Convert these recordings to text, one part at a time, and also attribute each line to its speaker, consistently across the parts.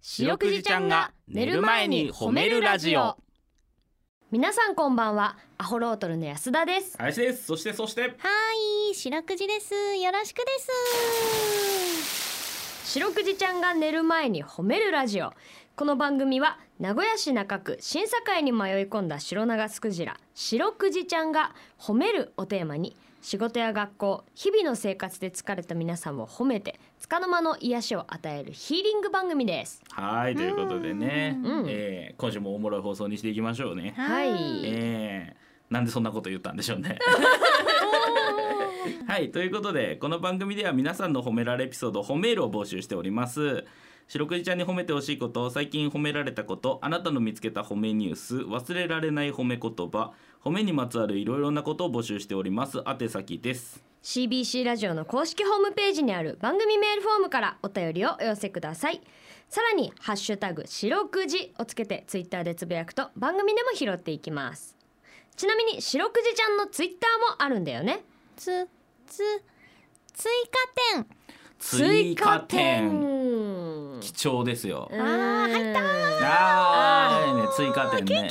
Speaker 1: 白くじちゃんが寝る前に褒めるラジオ
Speaker 2: 皆さんこんばんはアホロートルの安田です
Speaker 1: 林ですそしてそして
Speaker 3: はい、白くじです。よろしくです。
Speaker 2: 白くじちゃんが寝る前に褒めるラジオこの番組は名古屋市中区審査会に迷い込んだ白長スクジラ白くじちゃんが褒めるおテーマに仕事や学校日々の生活で疲れた皆さんを褒めて束の間の癒しを与えるヒーリング番組です
Speaker 1: はいということでね、
Speaker 2: うん
Speaker 1: えー今週もおもろい放送にしていきましょうね、
Speaker 2: はい
Speaker 1: えーなんでそんなこと言ったんでしょう ねはいということでこの番組では皆さんの褒められエピソード褒めールを募集しております白くじちゃんに褒めてほしいこと最近褒められたことあなたの見つけた褒めニュース忘れられない褒め言葉褒めにまつわるいろいろなことを募集しております宛先です
Speaker 2: CBC ラジオの公式ホームページにある番組メールフォームからお便りをお寄せくださいさらに「ハッシュタグ白くじ」をつけてツイッターでつぶやくと番組でも拾っていきますちなみに白くじちゃんのツイッターもあるんだよね
Speaker 3: つ、つ、追加点。
Speaker 1: 追加
Speaker 2: う
Speaker 1: 点
Speaker 2: ん
Speaker 1: 貴重ですよ
Speaker 2: あ
Speaker 3: ー入った
Speaker 1: あーいいね追加点ね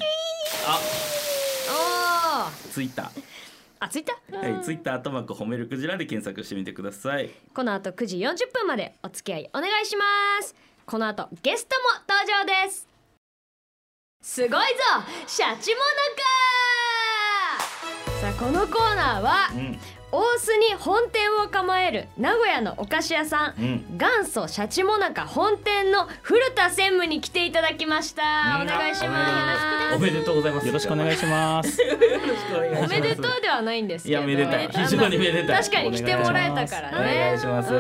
Speaker 2: お
Speaker 1: あ
Speaker 2: ー
Speaker 1: ツイッタ
Speaker 2: あツイッター
Speaker 1: ーはいツイッターアットマーク褒めるクジラで検索してみてください
Speaker 2: この後9時40分までお付き合いお願いしますこの後ゲストも登場ですすごいぞシャチモナカさあこのコーナーは
Speaker 1: うん
Speaker 2: 大須に本店を構える名古屋のお菓子屋さん
Speaker 1: うん
Speaker 2: 元祖シャチモナカ本店の古田専務に来ていただきましたお願いします
Speaker 1: おめでとうございます
Speaker 4: よろしくお願いします。
Speaker 1: よろしくお願いし
Speaker 2: お
Speaker 1: ます
Speaker 2: めでとうではないんですけ
Speaker 1: い
Speaker 2: ど
Speaker 1: やめでたい非常にめでたい
Speaker 2: 確かに来てもらえたからね
Speaker 1: お願いします
Speaker 2: うん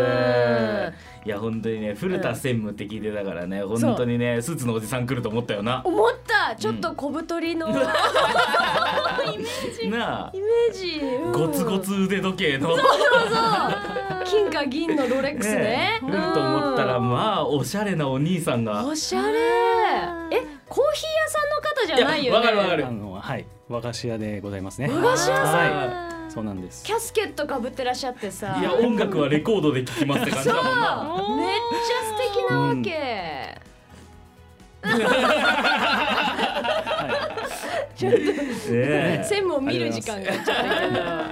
Speaker 1: いや本当にね古田専務って聞いてたからね本当にねスーツのおじさん来ると思ったよな
Speaker 2: 思ったちょっと小太りの、イメ
Speaker 1: なあ
Speaker 2: ージ、うん
Speaker 1: ゴツゴツ腕時計の
Speaker 2: 金か銀のロレックスね
Speaker 1: ね来ると思ったら
Speaker 2: うん
Speaker 1: まあおしゃれなお兄さんが
Speaker 2: おしゃれえコーヒー屋さんの方じゃないよね
Speaker 1: わかるわか
Speaker 4: あ
Speaker 1: る
Speaker 4: のはい、和菓子屋でございますね。
Speaker 2: 和菓子屋さん
Speaker 4: はい、そうなんです
Speaker 2: キ。ャスケットかぶってらっしゃってさ
Speaker 1: いや音楽はレコードで聴きますって感じ
Speaker 2: そう
Speaker 1: だもんな
Speaker 2: めっちゃ素敵なわけ、
Speaker 1: ねえ
Speaker 2: 専務を見る時間がちょっといたな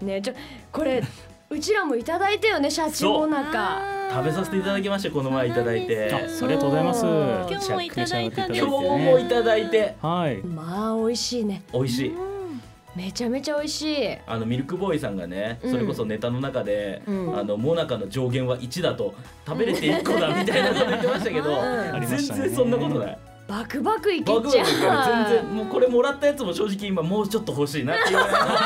Speaker 2: ねちょこれうちらもいただいたよねシャチモナカ
Speaker 1: 食べさせていただきましたこの前いただいて
Speaker 4: あ、ありがとうございます。
Speaker 2: 今
Speaker 3: 日もいただいたんです
Speaker 1: 今日
Speaker 4: 召し上がって
Speaker 1: も
Speaker 4: いただい
Speaker 1: いた
Speaker 4: てね
Speaker 1: だいて
Speaker 4: はい。
Speaker 2: まあ美味しいね
Speaker 1: 美味しい
Speaker 2: めちゃめちゃ美味しい
Speaker 1: あのミルクボーイさんがねそれこそネタの中で、
Speaker 2: うん
Speaker 1: あのモナカの上限は1だと食べれて1個だみたいなこと言ってましたけど、
Speaker 2: あ
Speaker 4: りました
Speaker 1: 全
Speaker 4: ね
Speaker 1: 然そんなことない
Speaker 2: バクバクいけ
Speaker 1: バグ
Speaker 2: ち
Speaker 1: バ
Speaker 2: ゃ
Speaker 1: グから
Speaker 2: う
Speaker 1: 全然もうこれもらったやつも正直今もうちょっと欲しいなっていうぐらいの
Speaker 3: 一人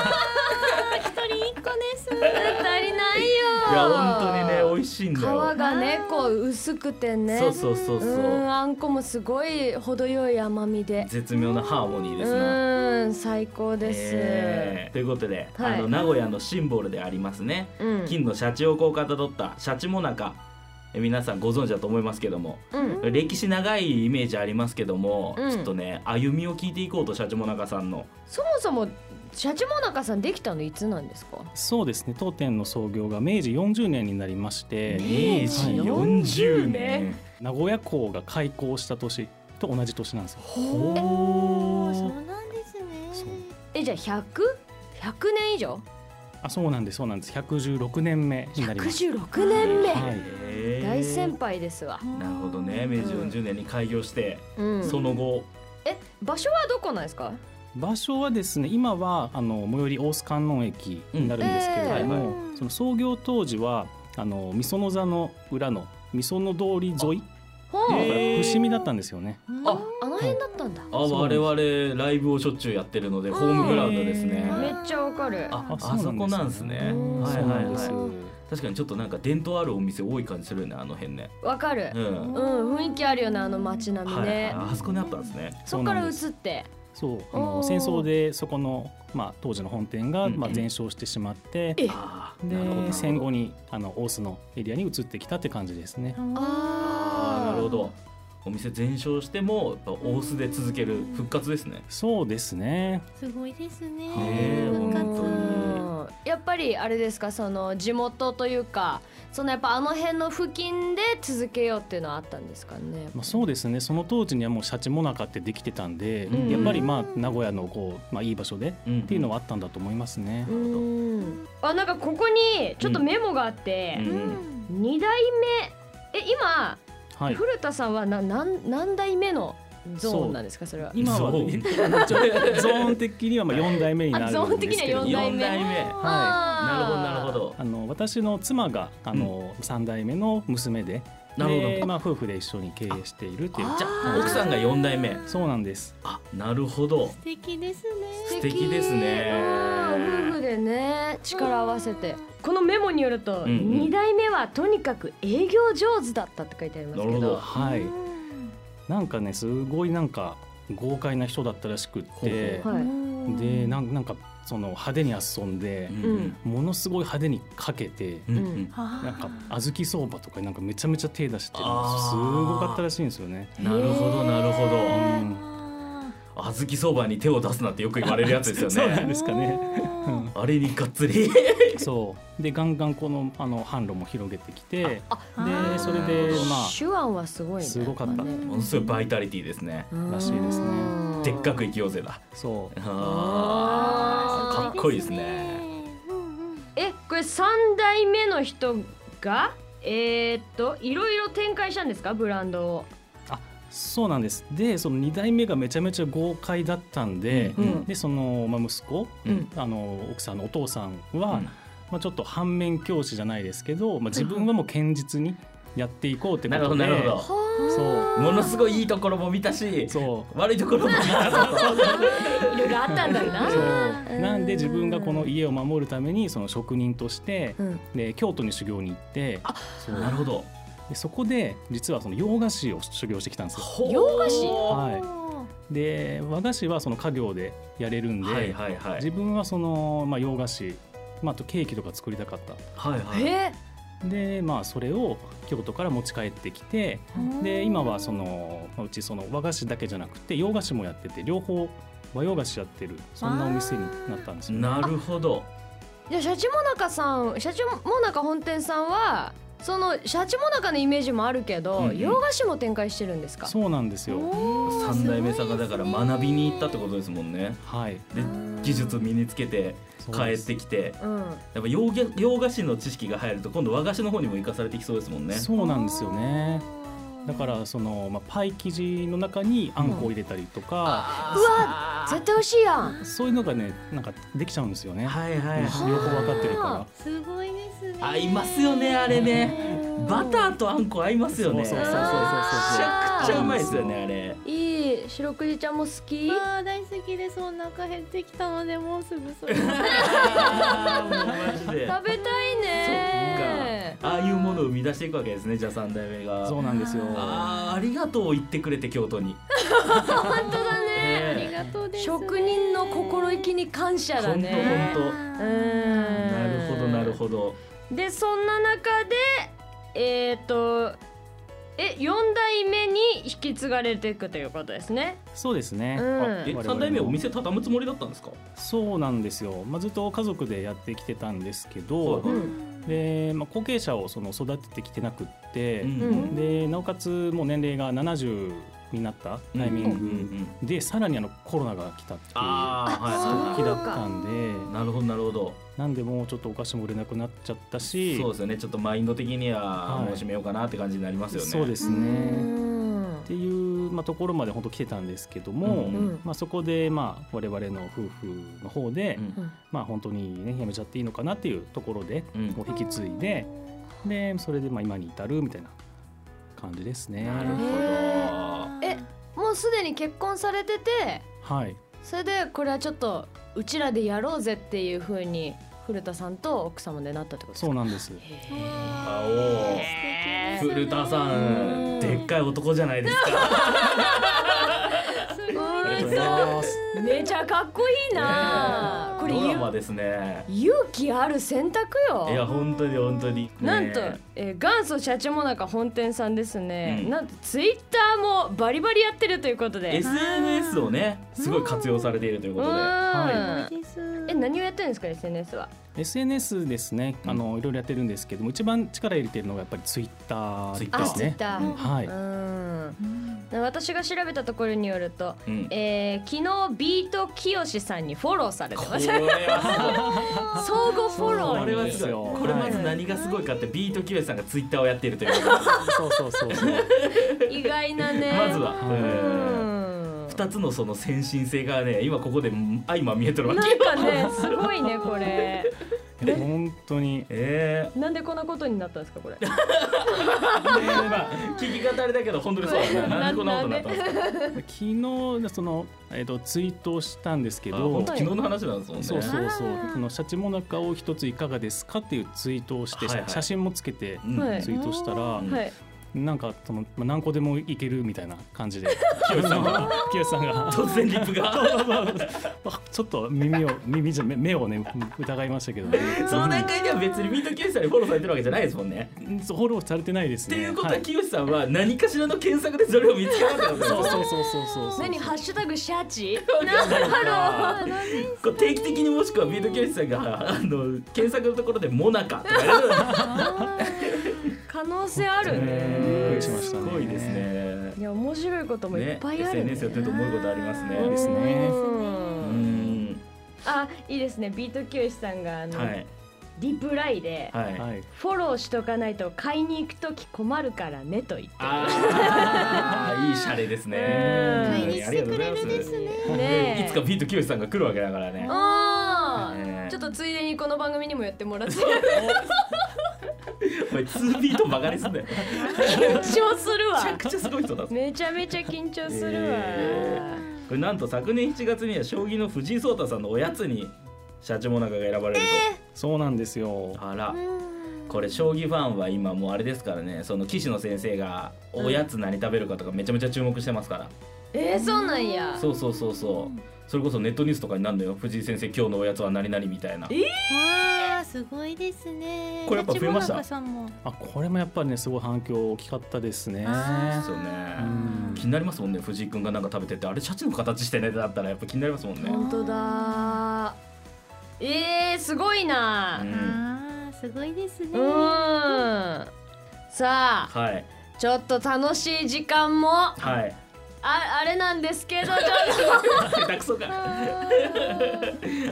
Speaker 3: 一個です。
Speaker 2: 足りないよ
Speaker 1: いや本当にね美味しいん
Speaker 2: 皮
Speaker 1: だよ、
Speaker 2: がねこう薄くてね
Speaker 1: そうそうそうそううん
Speaker 2: あんこもすごい程よい甘みで
Speaker 1: 絶妙なハーモニーですな、
Speaker 2: うん最高です、
Speaker 1: えーということで、
Speaker 2: はい
Speaker 1: あの名古屋のシンボルでありますね、
Speaker 2: うん
Speaker 1: 金のシャチをこうかたどったシャチモナカえ皆さんご存知だと思いますけども
Speaker 2: うん
Speaker 1: 歴史長いイメージありますけども、
Speaker 2: うん
Speaker 1: ちょっとね歩みを聞いていこうとシャチモナカさんの
Speaker 2: そもそもシャチモナカさんできたのいつなんですか
Speaker 4: そうですね。当店の創業が明治40年になりまして、
Speaker 1: 明治40年
Speaker 4: 名古屋港が開港した年と同じ年なんですよ。
Speaker 1: ほ
Speaker 3: そう
Speaker 1: ー
Speaker 3: なんです
Speaker 4: そう
Speaker 3: ね。
Speaker 2: えじゃあ 100?100 年以上
Speaker 4: あ、そうなんです。そうなんです。116年目になります。
Speaker 2: ?116 年目、
Speaker 4: はい
Speaker 1: へー
Speaker 2: 大先輩ですわ、
Speaker 1: なるほどね明治40年に開業して、
Speaker 2: うん、
Speaker 1: その後
Speaker 2: え場所はどこなんですか
Speaker 4: 場所はですね今はあの最寄り大須観音駅になるんですけれども、
Speaker 3: うんえーはいはい
Speaker 4: その創業当時はあのみその座の裏のみその通り沿い
Speaker 2: ほう
Speaker 1: へー
Speaker 4: 伏見だったんですよね。
Speaker 1: あ
Speaker 2: あの辺だったんだ
Speaker 1: あ
Speaker 4: そう
Speaker 1: 我
Speaker 4: です
Speaker 1: 々ライブをしょっちゅうやってるのでホームグラウンドですね
Speaker 4: へー
Speaker 2: めっちゃわかる
Speaker 1: あ
Speaker 4: あ
Speaker 1: あそこなんですね
Speaker 2: うん
Speaker 1: はい
Speaker 4: そう
Speaker 1: は
Speaker 4: ないん
Speaker 1: は
Speaker 4: で
Speaker 1: い
Speaker 4: すよ。
Speaker 1: 確かにちょっとなんか伝統あるお店多い感じするよねあの辺ね。
Speaker 2: わかる、
Speaker 1: うん。
Speaker 2: うん、雰囲気あるよねあの街並み
Speaker 1: はいはい
Speaker 2: ね、
Speaker 1: あそこにあったんですね。
Speaker 2: そっから移って
Speaker 4: そうあ
Speaker 2: お
Speaker 4: の
Speaker 2: ー
Speaker 4: 戦争でそこのまあ当時の本店が
Speaker 1: うん
Speaker 4: まあ全焼してしまって、
Speaker 2: え
Speaker 1: ああ、なるほどなるほ
Speaker 4: で
Speaker 1: ど
Speaker 4: 戦後にあの大須のエリアに移ってきたって感じですね。
Speaker 1: あ
Speaker 2: あ
Speaker 1: あなる
Speaker 2: ど
Speaker 1: ほど。お店全焼してもやっぱ大須で続ける復活ですね。
Speaker 4: そうですね。
Speaker 3: すごいですね。
Speaker 1: ねえ
Speaker 3: 復活
Speaker 1: 本当に
Speaker 2: やっぱりあれですかその地元というかそのやっぱあの辺の付近で続けようっていうのはあったんですかね。
Speaker 4: まあ、そうですねその当時にはもうシャチモナカってできてたんで、
Speaker 1: うん
Speaker 4: やっぱりまあ名古屋のこう、まあ、いい場所で
Speaker 1: うん
Speaker 4: っていうのはあったんだと思いますね
Speaker 2: う。んあなんかここにちょっとメモがあって、
Speaker 1: う
Speaker 3: うんん
Speaker 2: 二代目え今、
Speaker 4: はい、
Speaker 2: 古田さんはななん何代目のゾーンなんですかそれは。
Speaker 4: 今 はねゾーン的にはまあ4代目にな
Speaker 2: あゾ
Speaker 4: る
Speaker 2: ー
Speaker 4: ん
Speaker 2: ン
Speaker 4: で
Speaker 2: 的
Speaker 4: す
Speaker 2: に
Speaker 4: け
Speaker 2: は
Speaker 4: ど
Speaker 2: 四代
Speaker 1: 4
Speaker 4: も
Speaker 2: 目
Speaker 1: 代目
Speaker 4: は
Speaker 1: なるほどなるほ
Speaker 2: ど。
Speaker 1: ど
Speaker 4: い、あの私の妻があの、3代目の娘で
Speaker 1: なるほど
Speaker 4: でまあ、夫婦で一緒に経営しているっていう
Speaker 1: じゃ
Speaker 2: あ
Speaker 1: あ
Speaker 2: ー
Speaker 1: 奥さんが4代目
Speaker 4: そうなんです
Speaker 1: あなるほど
Speaker 3: 素敵ですね
Speaker 1: 素敵ですね
Speaker 2: うん夫婦でね力合わせて。このメモによると、
Speaker 1: うんうん
Speaker 2: 二代目はとにかく営業上手だったって書いてありますけ
Speaker 1: なるほ
Speaker 2: ど
Speaker 1: ど。
Speaker 4: はい
Speaker 3: うん
Speaker 4: なんかねすごいなんか豪快な人だったらしくって
Speaker 2: ほうほうはい
Speaker 3: うん
Speaker 4: でなんなんかその派手に遊んで
Speaker 1: う、ん
Speaker 4: ものすごい派手にかけて、
Speaker 1: うんうん
Speaker 3: あー
Speaker 4: なんか小豆相場とかになんかめちゃめちゃ手出してすご
Speaker 1: あー
Speaker 4: かったらしいんですよね。
Speaker 1: なるほどなるほ
Speaker 4: う
Speaker 1: ど
Speaker 4: ん
Speaker 3: あ
Speaker 1: 小豆相場に手を出すなってよく言われるやつです
Speaker 4: そ
Speaker 1: よ
Speaker 4: うなん
Speaker 1: ね
Speaker 4: ですかね。
Speaker 3: ー
Speaker 1: あれにがっつり
Speaker 4: そうでガンガンこのあの販路も広げてきてで
Speaker 3: あー
Speaker 4: それでま
Speaker 2: 手腕はすごいね。
Speaker 4: すごかった
Speaker 2: やぱね
Speaker 1: ものすごいバイタリティですね
Speaker 4: らしいですね
Speaker 2: うん
Speaker 1: でっかく生きようぜだ
Speaker 4: あそう
Speaker 1: あー かっこいいですね。
Speaker 3: うんうん
Speaker 2: えこれ3代目の人がえー、っといろいろ展開したんですかブランドを
Speaker 4: そうなんですでその2代目がめちゃめちゃ豪快だったんで、
Speaker 1: うん
Speaker 4: でその、まあ、息子、
Speaker 1: うん
Speaker 4: あの奥さんのお父さんは、
Speaker 1: うん
Speaker 4: まあ、ちょっと反面教師じゃないですけど、まあ、自分はもう堅実にやっていこうってこ
Speaker 1: なるほ
Speaker 4: と
Speaker 1: ど
Speaker 4: で
Speaker 1: なるほど
Speaker 4: そ
Speaker 1: ものすごいいいところも見たし
Speaker 4: うそう
Speaker 1: 悪いところも見た
Speaker 2: いろいろあったんだろうな
Speaker 4: そう
Speaker 3: うん
Speaker 4: なんで自分がこの家を守るためにその職人として、
Speaker 2: うん
Speaker 4: で京都に修行に行ってそう
Speaker 1: なるほど
Speaker 4: でそこで実はその洋菓子を修行してきたんですよ。
Speaker 2: 洋菓子
Speaker 4: はいで和菓子はその家業でやれるんで、
Speaker 1: はいはいはい
Speaker 4: 自分はその、まあ、洋菓子、まあ、あとケーキとか作りたかっ
Speaker 1: はい はい
Speaker 2: え
Speaker 4: たでまあそれを京都から持ち帰ってきてで今はそのまあうちその和菓子だけじゃなくて洋菓子もやってて両方和洋菓子やってるそんなお店になったんですよ、ね、
Speaker 1: なるほど
Speaker 2: じゃあシャチモナカさんシャチモナカ本店さんはそのシャチモナカのイメージもあるけど、
Speaker 1: うんうん
Speaker 2: 洋菓子も展開してるんですか
Speaker 4: そうなんですよ
Speaker 1: 三代目さんがだから学びに行ったってことですもんね
Speaker 4: はい
Speaker 1: で技術を身につけて
Speaker 4: そう
Speaker 1: 帰
Speaker 4: で
Speaker 1: っ
Speaker 4: す
Speaker 1: てきて
Speaker 2: うん
Speaker 1: やっぱ洋菓洋菓子の知識が入ると今度和菓子の方にも生かされてきそうですもんね
Speaker 4: そうなんですよねだからその、まあ、パイ生地の中にあんこを入れたりとか、
Speaker 1: わ
Speaker 2: 絶対美味しいやん
Speaker 4: そういうのがねなんかできちゃうんですよね、
Speaker 1: はいはい
Speaker 4: 両
Speaker 1: はい
Speaker 4: 方分かってるから
Speaker 3: すごいですね
Speaker 1: 合いますよねあれねバターとあんこ合いますよね
Speaker 4: そうそう
Speaker 1: め
Speaker 4: そ
Speaker 1: ち
Speaker 4: うそうそう
Speaker 1: ゃくちゃうまいですよねあ れ
Speaker 2: いい白くじちゃんも好き
Speaker 3: あー大好きですお腹減ってきたのでもうすぐ それ
Speaker 1: あーもうマジで
Speaker 2: 食べたいね
Speaker 1: ああいうものを生み出していくわけですねじゃあ三代目が
Speaker 4: そうなんですよ
Speaker 1: あーありがとうを言ってくれて京都に
Speaker 2: 本当だね
Speaker 3: あ
Speaker 1: ね
Speaker 3: りがとうですね
Speaker 2: 職人の心意気に感謝だね。
Speaker 1: ほんとほん
Speaker 2: う
Speaker 1: とえ
Speaker 2: ん
Speaker 1: なるほどなるほど
Speaker 2: でそんな中でえっ、とえ四代目に引き継がれていくということですね。
Speaker 4: そうですね、
Speaker 2: うん
Speaker 1: あえ
Speaker 4: 我々も
Speaker 1: 三代目お店畳むつもりだったんですか
Speaker 4: そうなんですよ、まあ、ずっと家族でやってきてたんですけ
Speaker 1: は
Speaker 4: ど、
Speaker 1: い
Speaker 4: でまあ、後継者をその育ててきてなくって、
Speaker 2: ん
Speaker 4: でなおかつもう年齢が70になったタイミ
Speaker 1: うんうんう
Speaker 4: ン
Speaker 1: ん
Speaker 4: グで、さらにあのコロナが来たっていう
Speaker 1: ああはい
Speaker 4: 時だったんで
Speaker 1: なるほどなるほど
Speaker 4: なんでもうちょっとお菓子も売れなくなっちゃったし
Speaker 1: そうですよねちょっとマインド的には
Speaker 4: はい
Speaker 1: もう閉めようかなって感じになりますよね、
Speaker 4: そうです
Speaker 3: う
Speaker 4: ね。
Speaker 2: うん
Speaker 4: っていう、まあ、ところまで本当来てたんですけども、
Speaker 1: うん
Speaker 2: うん
Speaker 4: まあ、そこで、まあ、我々の夫婦の方で、
Speaker 1: うん
Speaker 4: まあ、本当にねやめちゃっていいのかなっていうところで、
Speaker 1: うん
Speaker 4: こう引き継いででそれでまあ今に至るみたいな感じですね。
Speaker 1: なるほど、
Speaker 2: えもうすでに結婚されてて
Speaker 4: はい
Speaker 2: それでこれはちょっとうちらでやろうぜっていう風に古田さんと奥様でなったってことです
Speaker 4: そう
Speaker 2: か。
Speaker 4: なん です。
Speaker 1: あおー
Speaker 3: へー
Speaker 1: 古田さ
Speaker 3: うん
Speaker 1: んでっかい男じゃないですか
Speaker 3: すごいです
Speaker 4: りがとうございます。
Speaker 2: めちゃかっこいいな、これ
Speaker 1: ドラ
Speaker 2: ゆ
Speaker 1: マですね
Speaker 2: 勇気ある選択
Speaker 1: いや
Speaker 2: よ
Speaker 1: 本当に本当に、ね
Speaker 2: なんと、えー元祖社長もなか本店さんですね、
Speaker 1: うん
Speaker 2: なんとツイッターもバリバリやってるということで
Speaker 1: SNS をねすごい活用されているという
Speaker 2: う
Speaker 1: こ
Speaker 2: ん、
Speaker 1: とで、
Speaker 3: いです。
Speaker 2: え何をやってるんですか SNS は
Speaker 4: SNS ですね、あのいろいろやってるんですけども、一番力入れてるのがやっぱりツイッター
Speaker 2: あ
Speaker 4: で
Speaker 2: ツ
Speaker 4: す
Speaker 2: イッ
Speaker 4: ね。
Speaker 2: ター、
Speaker 4: はい、
Speaker 2: うん
Speaker 3: うん
Speaker 2: 私が調べたところによると、
Speaker 1: うん
Speaker 2: えー昨日ビートきよしさんにフォローされて
Speaker 1: こ
Speaker 2: ます
Speaker 1: れは
Speaker 2: 相互フォロ
Speaker 1: こ
Speaker 2: ー
Speaker 1: れはすごいこれまず何がすごいかってビートキレイさんがツイッターをやっているという
Speaker 4: そうそうそうそう。
Speaker 2: 意外なね
Speaker 1: まずは、うん
Speaker 2: うん
Speaker 1: 二つのその先進性がね今ここで相ま見えてるわけ
Speaker 2: なんかねすごいねこれ
Speaker 4: 本当に。
Speaker 1: え
Speaker 2: なんでこんなことになったんですかこれ
Speaker 1: えまあ聞き方あれだけど本当にそうだななんでこんなことになったんですか
Speaker 4: 昨日そのえっ、とツイートをしたんですけ
Speaker 1: あ
Speaker 4: ど
Speaker 1: 本当。昨日の話なんですもんね
Speaker 4: そうそうそう
Speaker 3: あー
Speaker 4: そのシャチモナカを一ついかがですかっていうツイートをして、
Speaker 1: はいはい
Speaker 4: 写真もつけて
Speaker 1: うん
Speaker 2: はい
Speaker 4: ツイートしたら、
Speaker 1: うん
Speaker 2: はい
Speaker 4: なんかそのまあ何個でもいけるみたいな 感じで
Speaker 1: 清さんが
Speaker 4: キヨさんが
Speaker 1: 突然リップが
Speaker 4: あ ちょっと耳を耳じゃ目目をね疑いましたけど、ね、
Speaker 1: その段階では別にビートキレイさんにフォローされてるわけじゃないですもんね
Speaker 4: うんフォローされてないです
Speaker 1: って
Speaker 4: ね。
Speaker 1: いうことは
Speaker 4: はい
Speaker 1: 清さんは何かしらの検索でそれを見つけたってことです
Speaker 4: そ
Speaker 1: よ
Speaker 4: う
Speaker 1: ね
Speaker 4: そうそうそうそうそう。
Speaker 2: 何ハッシュタグシャチ
Speaker 1: あーこう定期的にもしくはビート教室さんがあの検索のところで「モナカ」とかやる
Speaker 2: 可能性ある
Speaker 4: びっく
Speaker 2: ね
Speaker 4: りしました
Speaker 1: す
Speaker 4: ね
Speaker 1: ごいですね。
Speaker 2: いや面白いこともいっ
Speaker 1: ね
Speaker 2: ぱいある
Speaker 1: SNS やってると思うことありますね。
Speaker 4: ですね
Speaker 1: う
Speaker 2: うん
Speaker 1: ん
Speaker 2: あいいですねビートきよしさんがあの、
Speaker 1: はい
Speaker 2: リプライで、
Speaker 1: はい。
Speaker 4: はい。
Speaker 2: フォローしとかないと買いに行くとき困るからねと言って
Speaker 1: あーいいシャレですね。
Speaker 2: うん買い
Speaker 3: にしてくれるで
Speaker 1: ありが
Speaker 3: すね
Speaker 1: とうございます
Speaker 2: ねえ
Speaker 1: いつかビート教室さんが来るわけだからね。
Speaker 2: あー
Speaker 1: ねえ
Speaker 2: ちょっとついでにこの番組にもやってもらって
Speaker 1: お前ツービートバカにすんだよ。め
Speaker 2: 緊張する
Speaker 1: ちゃ
Speaker 2: わ
Speaker 1: くちゃすごい人だぞ。
Speaker 2: めちゃめちゃ緊張するわ、
Speaker 1: えこれなんと昨年7月には将棋の藤井聡太さんのおやつにシャチモナカが選ばれる
Speaker 4: そうなんですよ
Speaker 1: と。。あら。
Speaker 3: うん
Speaker 1: これ将棋ファンは今もうあれですからねその棋士の先生がおやつ何食べるかとかめちゃめちゃ注目してますから、
Speaker 2: えー、そうなんや
Speaker 1: そうそうそうそうそれこそネットニュースとかになるのよ藤井先生今日のおやつは何々みたいな
Speaker 2: え
Speaker 3: わあすごいですね。
Speaker 1: これやっぱ増えました
Speaker 3: 立花さんも
Speaker 4: あこれもやっぱりねすごい反響大きかったですね。
Speaker 1: で
Speaker 3: あ
Speaker 1: すよね
Speaker 4: うん
Speaker 1: 気になりますもんね藤井君がなんか食べててあれシャチの形してねだったらやっぱ気になりますもんね
Speaker 2: 本当だえー、すごいな
Speaker 1: うん
Speaker 3: あーすごいです
Speaker 2: う
Speaker 3: ね。
Speaker 2: んさあ
Speaker 1: はい
Speaker 2: ちょっと楽しい時間もあ
Speaker 1: はい
Speaker 2: あれなんですけどちょっ
Speaker 1: 下手くそか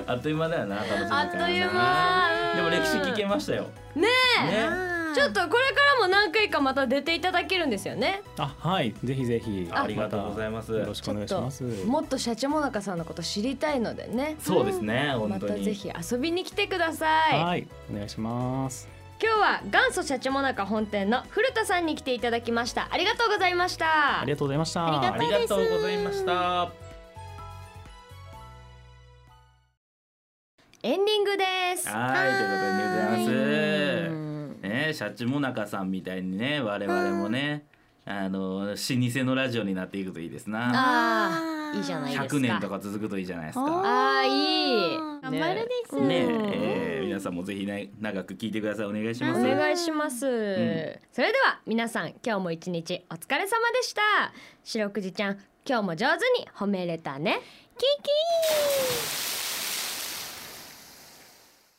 Speaker 1: あっという間だよな楽しみ
Speaker 2: とあっという
Speaker 1: な
Speaker 2: 間
Speaker 1: でも歴史聞けましたよ
Speaker 2: ね
Speaker 1: え
Speaker 2: ちょっとこれからも何回かまた出ていただけるんですよね。
Speaker 4: あはいぜひぜひ
Speaker 1: ありがとうございます
Speaker 4: たよろしくお願いします。
Speaker 2: もっと社長もなかさんのこと知りたいのでね。
Speaker 1: そうですね
Speaker 2: ま
Speaker 1: 本当
Speaker 2: た
Speaker 1: に
Speaker 2: ぜひ遊びに来てください。
Speaker 4: はいお願いします。
Speaker 2: 今日は元祖社長もなか本店の古田さんに来ていただきました。ありがとうございました
Speaker 4: あり。がとうございました。
Speaker 3: ありが
Speaker 1: ありがとうございました
Speaker 2: エンディングです。
Speaker 1: はい、ということでございます。
Speaker 2: うん
Speaker 1: ね、シャチモナカさんみたいにね、我々もね、あの老舗のラジオになっていくといいですな。
Speaker 2: ああ、いいじゃないですか。
Speaker 1: 100年とか続くといいじゃないですか。
Speaker 2: あーいい
Speaker 3: 頑張るです。
Speaker 2: ー
Speaker 1: ね、
Speaker 2: うん
Speaker 1: えー皆さんもぜひね、長く聞いてください。お願いしま
Speaker 2: お
Speaker 1: す。
Speaker 2: 願いします、
Speaker 1: ん
Speaker 2: それでは皆さん今日も一日お疲れ様でした白くじちゃん今日も上手に褒めれたねキキ